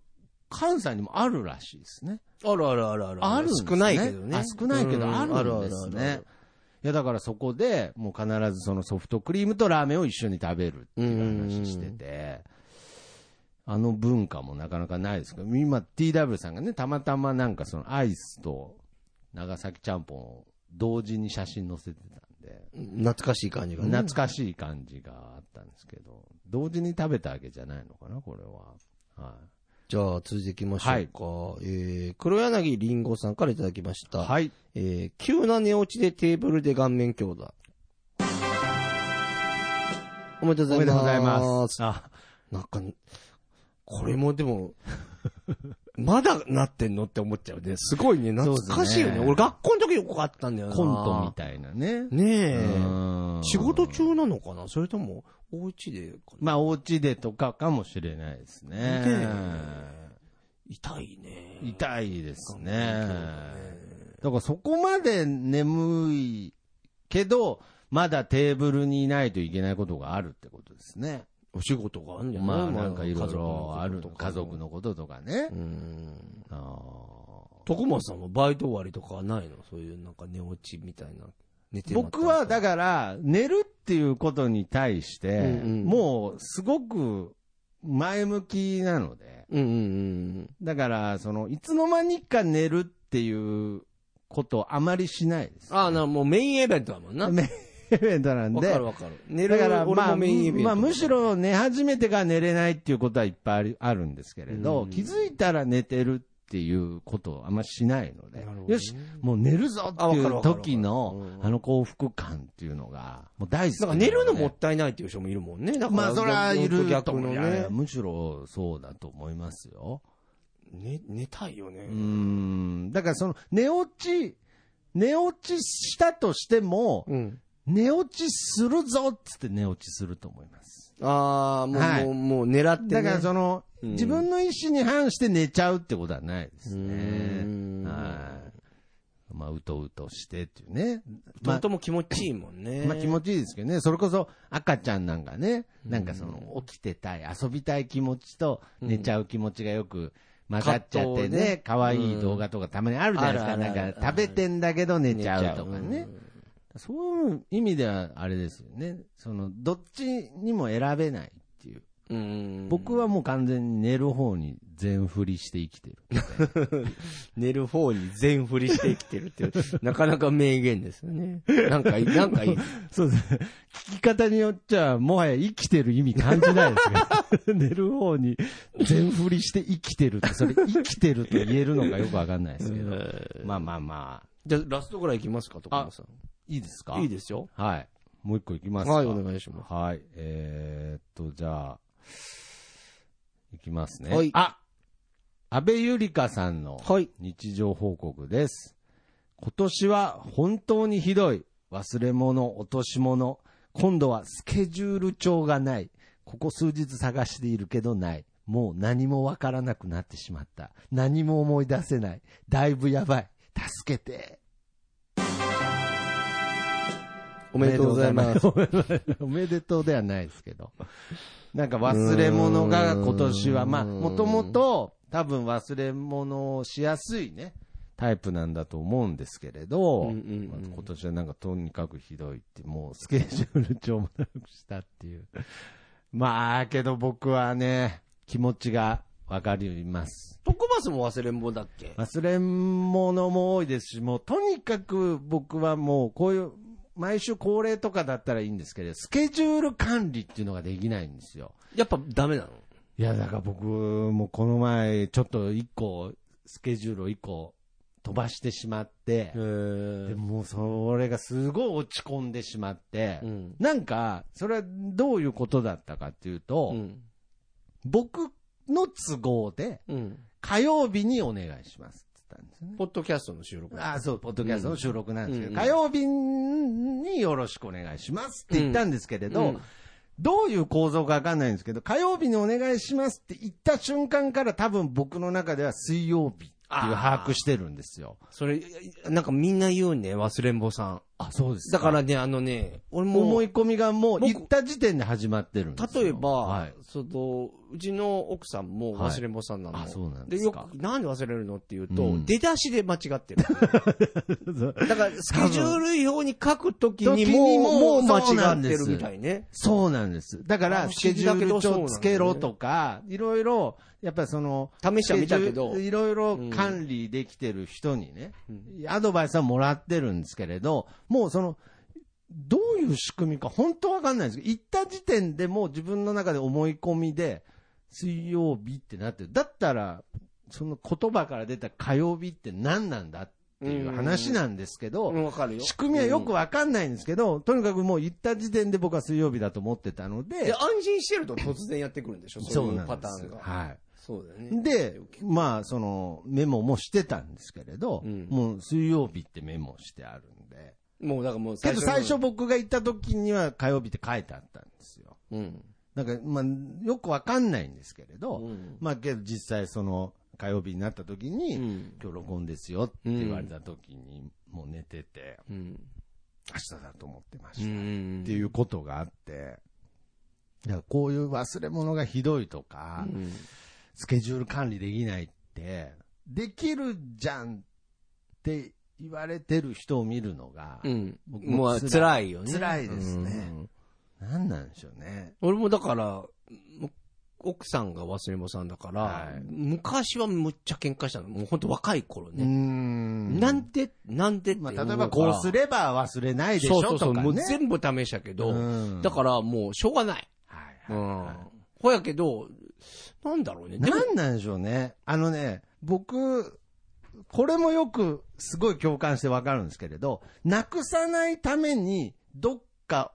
S2: 関西にもあるらしいですね。
S1: あるあるあるある。
S2: あるんですね
S1: 少ないけどね。
S2: あ少ないけ
S1: う
S2: ど、
S1: ん
S2: あるんです
S1: あるあるあ
S2: ね
S1: る。
S2: いや、だからそこで、もう必ずそのソフトクリームとラーメンを一緒に食べるっていう話してて、あの文化もなかなかないですけど、今 TW さんがね、たまたまなんかそのアイスと長崎ちゃんぽんを同時に写真載せてたんで、
S1: 懐かしい感じがね。
S2: 懐かしい感じがあったんですけど、同時に食べたわけじゃないのかな、これは。は
S1: じゃあ、続いていきましょうか。えー、黒柳りんごさんからいただきまし
S2: い。
S1: た。
S2: はい。
S1: えー、急な寝落ちでテーブルで顔面強打。おめでとう
S2: おめで
S1: ございます。
S2: とうございます。あ、
S1: なんか、これもでも、 まだなってんのって思っちゃうね。すごいね。懐かしいよね。
S2: そうですね
S1: 俺学校の時よくあったんだよな。
S2: コントみたいなね。
S1: ねえ。
S2: うん
S1: 仕事中なのかなそれとも、お家でかな
S2: まあ、お家でとかかもしれないですね。
S1: ね痛いね。
S2: 痛いですね。
S1: ね
S2: だからそこまで眠いけど、まだテーブルにいないといけないことがあるってことですね。
S1: お仕事があるんじゃない
S2: まあ、なんかいろいろある
S1: とか
S2: 家族。のこととかね
S1: う。ん。
S2: あ
S1: 徳松さんもバイト終わりとかはないのそういうなんか寝落ちみたいな。寝
S2: ー
S1: て
S2: 僕はだ
S1: か
S2: から、寝るっていうことに対して、
S1: うんうん
S2: もうすごく前向きなので、
S1: ら、うんうん
S2: だから、その、いつの間にか寝るっていうことをあまりしないです。
S1: うん。ああ、な、もうメインイベントだもんな。
S2: メインイベントなん
S1: わ
S2: で。
S1: かるわかる。寝
S2: だ
S1: る
S2: から、
S1: 俺
S2: まあ、
S1: もメインイベント
S2: まあ、むし、ろ寝始めてから寝れないっていうことはいっぱいあるあるんですけれど、
S1: うん
S2: 気づいたら寝てるっていうことをあんましないので、
S1: なるほどね
S2: よし、もう寝るぞってい
S1: あ
S2: う
S1: わかるわかるわかる
S2: 時
S1: う
S2: の
S1: ん、
S2: あの幸福感っていうのが、もう大好き
S1: なん
S2: な
S1: か
S2: で
S1: 寝るのもったいないっていう人もいるもんね。だから
S2: まあ、それはいると
S1: 逆
S2: 思う
S1: の
S2: いやい
S1: ね
S2: や。むしろそうだと思いますよ。
S1: 寝、寝たいよね
S2: うー。んだからその、寝落ち、寝落ちしたとしても、
S1: うん。
S2: 寝落ちするぞっつって寝落ちすると思います。
S1: ああ、もう、
S2: はい
S1: もう、もう狙って、ね。
S2: だからその、
S1: うん
S2: 自分の意思に反して寝ちゃうってことはないです
S1: うーん
S2: ね。はい。まあ、うとうとしてっていうね。
S1: と
S2: ま
S1: っ
S2: あ
S1: とも気持ちいいもんね。
S2: まあ気持ちいいですけどね、それこそ赤ちゃんなんかね、なんかその起きてたい、遊びたい気持ちと寝ちゃう気持ちがよく混ざっちゃっ
S1: 葛
S2: て
S1: 藤ね
S2: ね、可愛い動画とかたまにあるじゃないです
S1: あ
S2: か、
S1: るある
S2: な
S1: あ
S2: ん
S1: る
S2: か食べてんだけど寝ちゃうとか
S1: 寝ち
S2: ね。
S1: ゃ
S2: そういう意味ではあれですよね、そのどっちにも選べないっていう。
S1: う。うん。
S2: 僕はもう完全に寝る方に全振りして生きてる。
S1: 寝る方に全振りして生きてるって いう、なかなか名言ですよね。なんかいい、なんかいい。
S2: そうですね。聞き方によっちゃ、もはや生きてる意味感じないですけど、寝る方に全振りして生きてるって、それ生きてると言えるのかよくわかんないですけど、まあまあまあ、
S1: じゃあ、ラストぐらいいきますか、徳間さ
S2: いいですか
S1: ん。いいですよ。
S2: はい。もう一個いきますか。
S1: はい、お願いします。
S2: はい。えー、っと、じゃあ、いきますね。
S1: はい
S2: あ安倍ゆりかさんの
S1: はい。
S2: 日常報告です。今年は本当にひどい。忘れ物、落とし物。今度はスケジュール帳がない。ここ数日探しているけどない。もう何もわからなくなってしまった。何も思い出せない。だいぶやばい。助けて。
S1: おめでとうございます。
S2: おめでとうございます。おめでとうではないですけど。なんか忘れ物が今年は、まあ、
S1: うーん
S2: もともと多分忘れ物をしやすいね、タイプなんだと思うんですけれど、
S1: うんうんうん
S2: まあ今年はなんかとにかくひどいって、もうスケジュール帳もなくしたっていう。まあ、けど僕はね、気持ちがわかります。
S1: 徳松も忘れん坊だっけ
S2: 忘れ物も多いですし、もうとにかく僕はもうこういう、毎週恒例とかだったらいいんですけど、スケジュール管理っていうのができないんですよ。
S1: やっぱダメなの
S2: いや、だから僕もこの前、ちょっと一個、スケジュールを一個、飛ばしてしまって、
S1: ー
S2: でもうそれがすごい落ち込んでしまって、
S1: うん。
S2: なんか、それはどういうことだったかっていうと、
S1: うん。
S2: 僕の都合で、
S1: うん。
S2: 火曜日にお願いしますって言ったんですよね。
S1: ポッドキャストの収録だ
S2: ああ、そう、ポッドキャストの収録なんですけど、
S1: うん
S2: 火曜日によろしくお願いしますって言ったんですけれ
S1: け
S2: ど、
S1: ど、
S2: どういう構造かわかんないんですけど、火曜日にお願いしますって言った瞬間から多分僕の中では水曜日っていう把握してるんですよ。
S1: それ、なんかみんな言うね、忘れんぼさん。
S2: あ、そうです
S1: だ
S2: だ
S1: か
S2: からら、
S1: ね、あのね、俺も、
S2: 思い込みがもう
S1: 僕
S2: 言った時点で始まってるんですよ
S1: 例えば、
S2: はい。
S1: そのうちの奥さんも忘れんぼさんなの、
S2: はいあそうなん
S1: で
S2: ですか
S1: よくなんで忘れるのっていうと、
S2: うん
S1: 出 だしで間違ってるだからスケジュール表に書くときにも
S2: 時に
S1: も
S2: も
S1: う間違ってるみたいね
S2: そうなんです。だか
S1: あ
S2: ら、
S1: 不
S2: スケ
S1: 思議
S2: ジ
S1: だ
S2: ュ
S1: け
S2: ー
S1: ど
S2: ル帳
S1: そうなんだよね
S2: つけろとか、いろいろ、やっぱりその、
S1: 試してはみたけど
S2: スケジュールいろいろ
S1: うん
S2: 管理できてる人にね、
S1: うん
S2: アドバイスはもらってるんですけれど、もうその、どういう仕組みか本当わかんないんですけど、行った時点でもう自分の中で思い込みで、水曜日ってなってる。だったら、その言葉から出た火曜日って何なんだっていう話なんですけど、
S1: うんわかるよ
S2: 仕組みはよくわかんないんですけど、とにかくもう行った時点で僕は水曜日だと思ってたの
S1: うん
S2: で
S1: で、安心してると突然やってくるんでしょそういうパターンが
S2: はい。
S1: そうだよね
S2: で、まあ、その、メモもしてたんですけれど、
S1: うん
S2: もう水曜日ってメモしてあるんで。
S1: もうだからもう
S2: けど最初
S1: の
S2: 僕が行った時には火曜日って書いてあったんですよ。
S1: うん
S2: なんか、まあ、よくわかんないんですけれど、
S1: うん
S2: まあ、けど実際その、火曜日になった時に、
S1: うん
S2: 今日録音ですよって言われた時に、もう寝てて、
S1: うん
S2: 明日だと思ってま
S1: う
S2: した。
S1: ん
S2: っていうことがあって、だからこういう忘れ物がひどいとか、
S1: うん
S2: スケジュール管理できないって、できるじゃんって言われてる人を見るのが、
S1: うん
S2: 僕
S1: もう辛いよね
S2: 辛いですね
S1: うん
S2: 何なんでしょうね。
S1: 俺もだから、む奥さんが忘れんぼさんだから、
S2: はい
S1: 昔はむっちゃ喧嘩したの。もう本当若い頃
S2: うー
S1: ね。
S2: ん
S1: なんで、なんでって
S2: ま
S1: 思
S2: あ、
S1: う
S2: 例
S1: か
S2: え
S1: ら、
S2: ばこうすれば忘れないでしょ
S1: そうそうそ
S2: と
S1: う、
S2: かね。
S1: もう全部試したけど、
S2: うん
S1: だからもうしょうがない。
S2: はい
S1: うん。
S2: はい
S1: ほやけど、なんだろうね。でも、
S2: 何なんでしょうね。あのね、僕、これもよくすごい共感してわかるんですけれど、なくさないためにどっか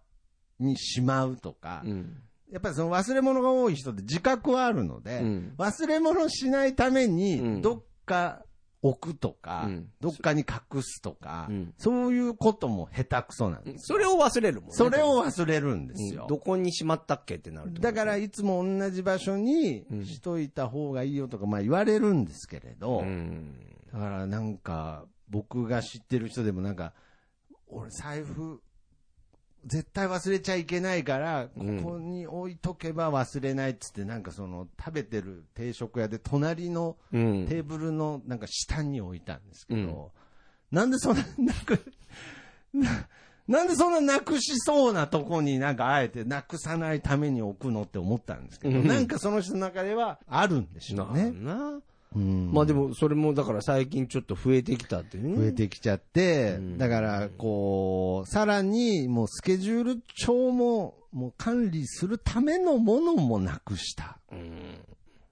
S2: にしまうとか、
S1: うん。
S2: やっぱりその忘れ物が多い人って自覚はあるので、
S1: うん
S2: 忘れ物しないため
S1: うん
S2: にどっか置くとか、
S1: うん
S2: どっかに隠すとか、
S1: うん
S2: そういうことも下手くそなんです。
S1: それを忘れるもんね。
S2: それを忘れるんですよ。
S1: うんどこにしまったっけってなると思
S2: だ
S1: う
S2: から、いつも同じ場所に
S1: うん
S2: しといた方がいいよとか、まあ言われるんですけれど、
S1: うん。
S2: だからなんか、僕が知ってる人でもなんか、俺財布、絶対忘れちゃいけないから、こ
S1: うん
S2: こに置いとけば忘れないっつって、なんかその、食べてる定食屋で隣の
S1: うん。
S2: テーブルのなんか下に置いたんですけど、なんでそんな、なく、 ななんでそんななくしそうなとこになんかあえてなくさないために置くのって思ったんですけど、
S1: うん
S2: なんかその人の中ではあるんでしょう
S1: な
S2: ね。
S1: な。
S2: うん
S1: まあでも、それもだから最近ちょっと増えてきたっていうね。
S2: 増えてきちゃって、
S1: うん
S2: だから、こう、さらに、もうスケジュール帳も、もう管理するためのものもなくした。
S1: うん。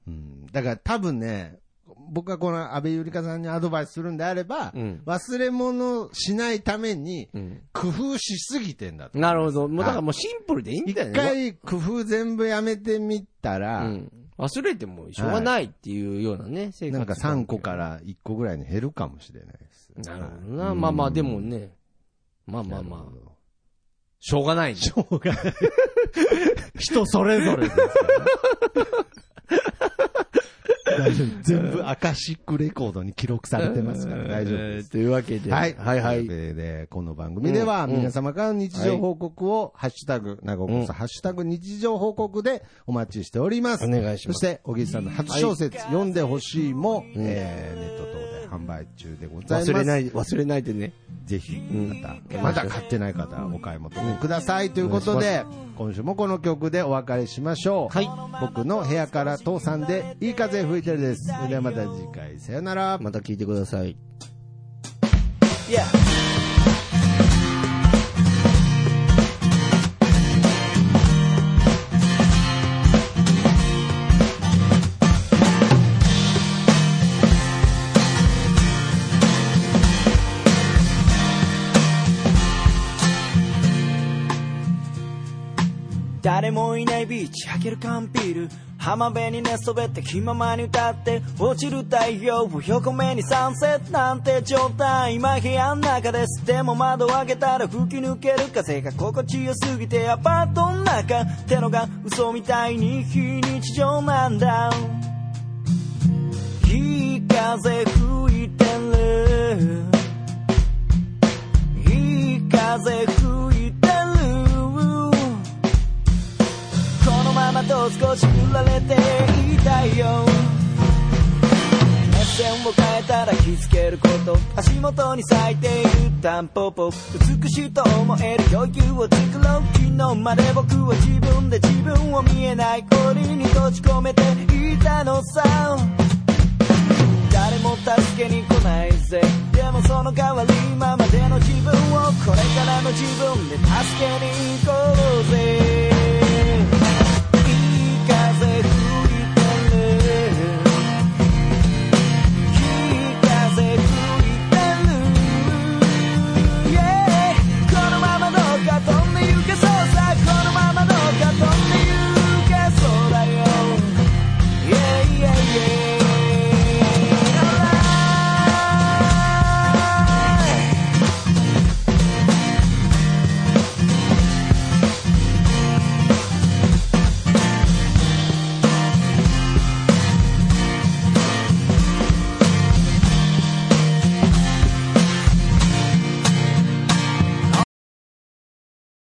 S2: うん、だから多分ね、僕がこの安倍ゆりかさんにアドバイスするんであれば、
S1: うん
S2: 忘れ物しないために、
S1: うん。
S2: 工夫しすぎてんだと思います
S1: なるほど。もうだから
S2: はい
S1: もうシンプルでいいんだよ
S2: 一
S1: ね。
S2: 回工夫全部やめてみたら、
S1: うん、忘れてもしょうがないっていうようなね、生活。
S2: なんか3個からら1個ぐらいに減るかもしれないです。
S1: なるほど
S2: は
S1: な。
S2: い
S1: まあまあ、でも
S2: うん
S1: ね。まあま
S2: な
S1: あ
S2: る
S1: ま
S2: ほ
S1: あ、
S2: ど
S1: しょうがない。
S2: しょうがない。人それぞれですから。大丈夫。全部アカシックレコードに記録されてますから大丈夫で
S1: えー
S2: す。
S1: というわけで。
S2: はい。
S1: はいはい
S2: と。いうわけで、この番組では
S1: うんうん
S2: 皆様からの日常報告を、ハッシュタグ、長岡さん、ハッシュタグ日常報告でお待ちしております。
S1: お願いし
S2: そ
S1: ます
S2: して、小木さんの初小説、読んでほしいも、えーネット等で販売中でございます。
S1: 忘れない、忘れないでね。
S2: ぜひ、
S1: ん
S2: また、まだ買ってない方はお買い求めくださいということで、今週もこの曲でお別れしましょう。
S1: はい
S2: 僕の部屋から父さんで、いい風吹いてるです。それではまた次回、さよなら。
S1: また聞いてください。
S3: Yeah. 誰もいないビーチ開ける缶ビール浜辺に寝そべって気ままに歌って落ちる太陽を横目にサンセットなんて状態今部屋の中ですでも窓を開けたら吹き抜ける風が心地よすぎてアパートの中ってのが嘘みたいに非日常なんだいい風吹いてるいい風吹いてるこのままと少し振られていたいよ目線を変えたら気づけること足元に咲いているタンポポ美しいと思える余裕を作ろう昨日まで僕は自分で自分を見えない氷に閉じ込めていたのさ誰も助けに来ないぜでもその代わり今までの自分をこれからの自分で助けに行こうぜいい風吹いてるいい風吹いてるこのままどうか飛んで行けそうさこのままどうか飛んで行けそうだよ Yeah yeah yeah